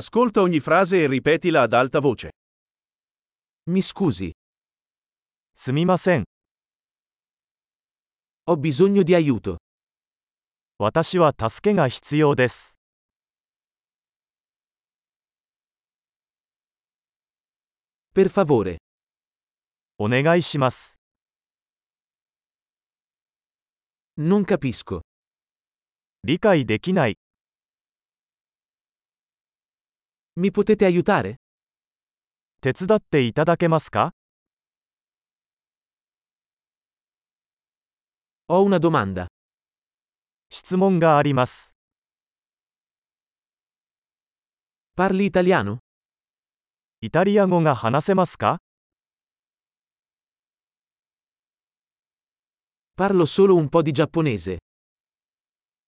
Ascolta ogni frase e ripetila ad alta voce. Mi scusi, すみません。 ho bisogno di aiuto. 私は助けが必要です。 Per favore, お願いします。 non capisco. 理解できない。 Mi potete aiutare? 手伝っていただけますか Ho una domanda. 質問があります。 Parli italiano? イタリア語が話せますか Parlo solo un po' di giapponese.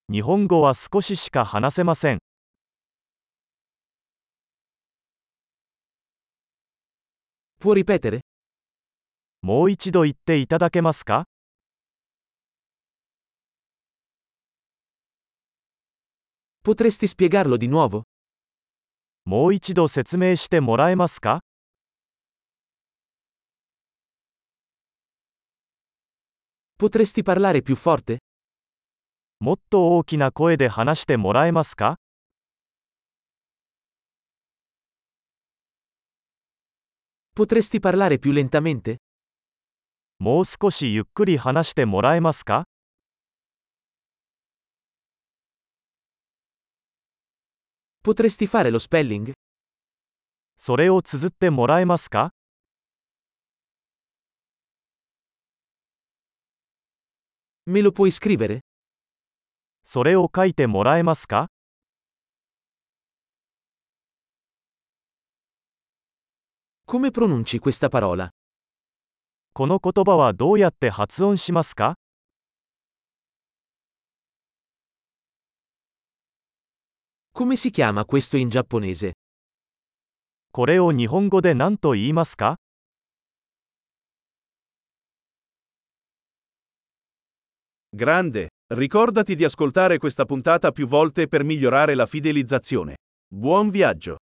日本語は少ししか話せません。 Può ripetere? もう一度言っていただけますか Potresti spiegarlo di nuovo? もう一度説明してもらえますか Potresti parlare più forte? もっと大きな声で話してもらえますか Potresti parlare più lentamente? もう少しゆっくり話してもらえますか Potresti fare lo spelling? それを綴ってもらえますか Me lo puoi scrivere? それを書いてもらえますか Come pronunci questa parola? この言葉はどうやって発音しますか Come si chiama questo in giapponese? これを日本語で何と言いますか Grande. Ricordati di ascoltare questa puntata più volte per migliorare la fidelizzazione. Buon viaggio!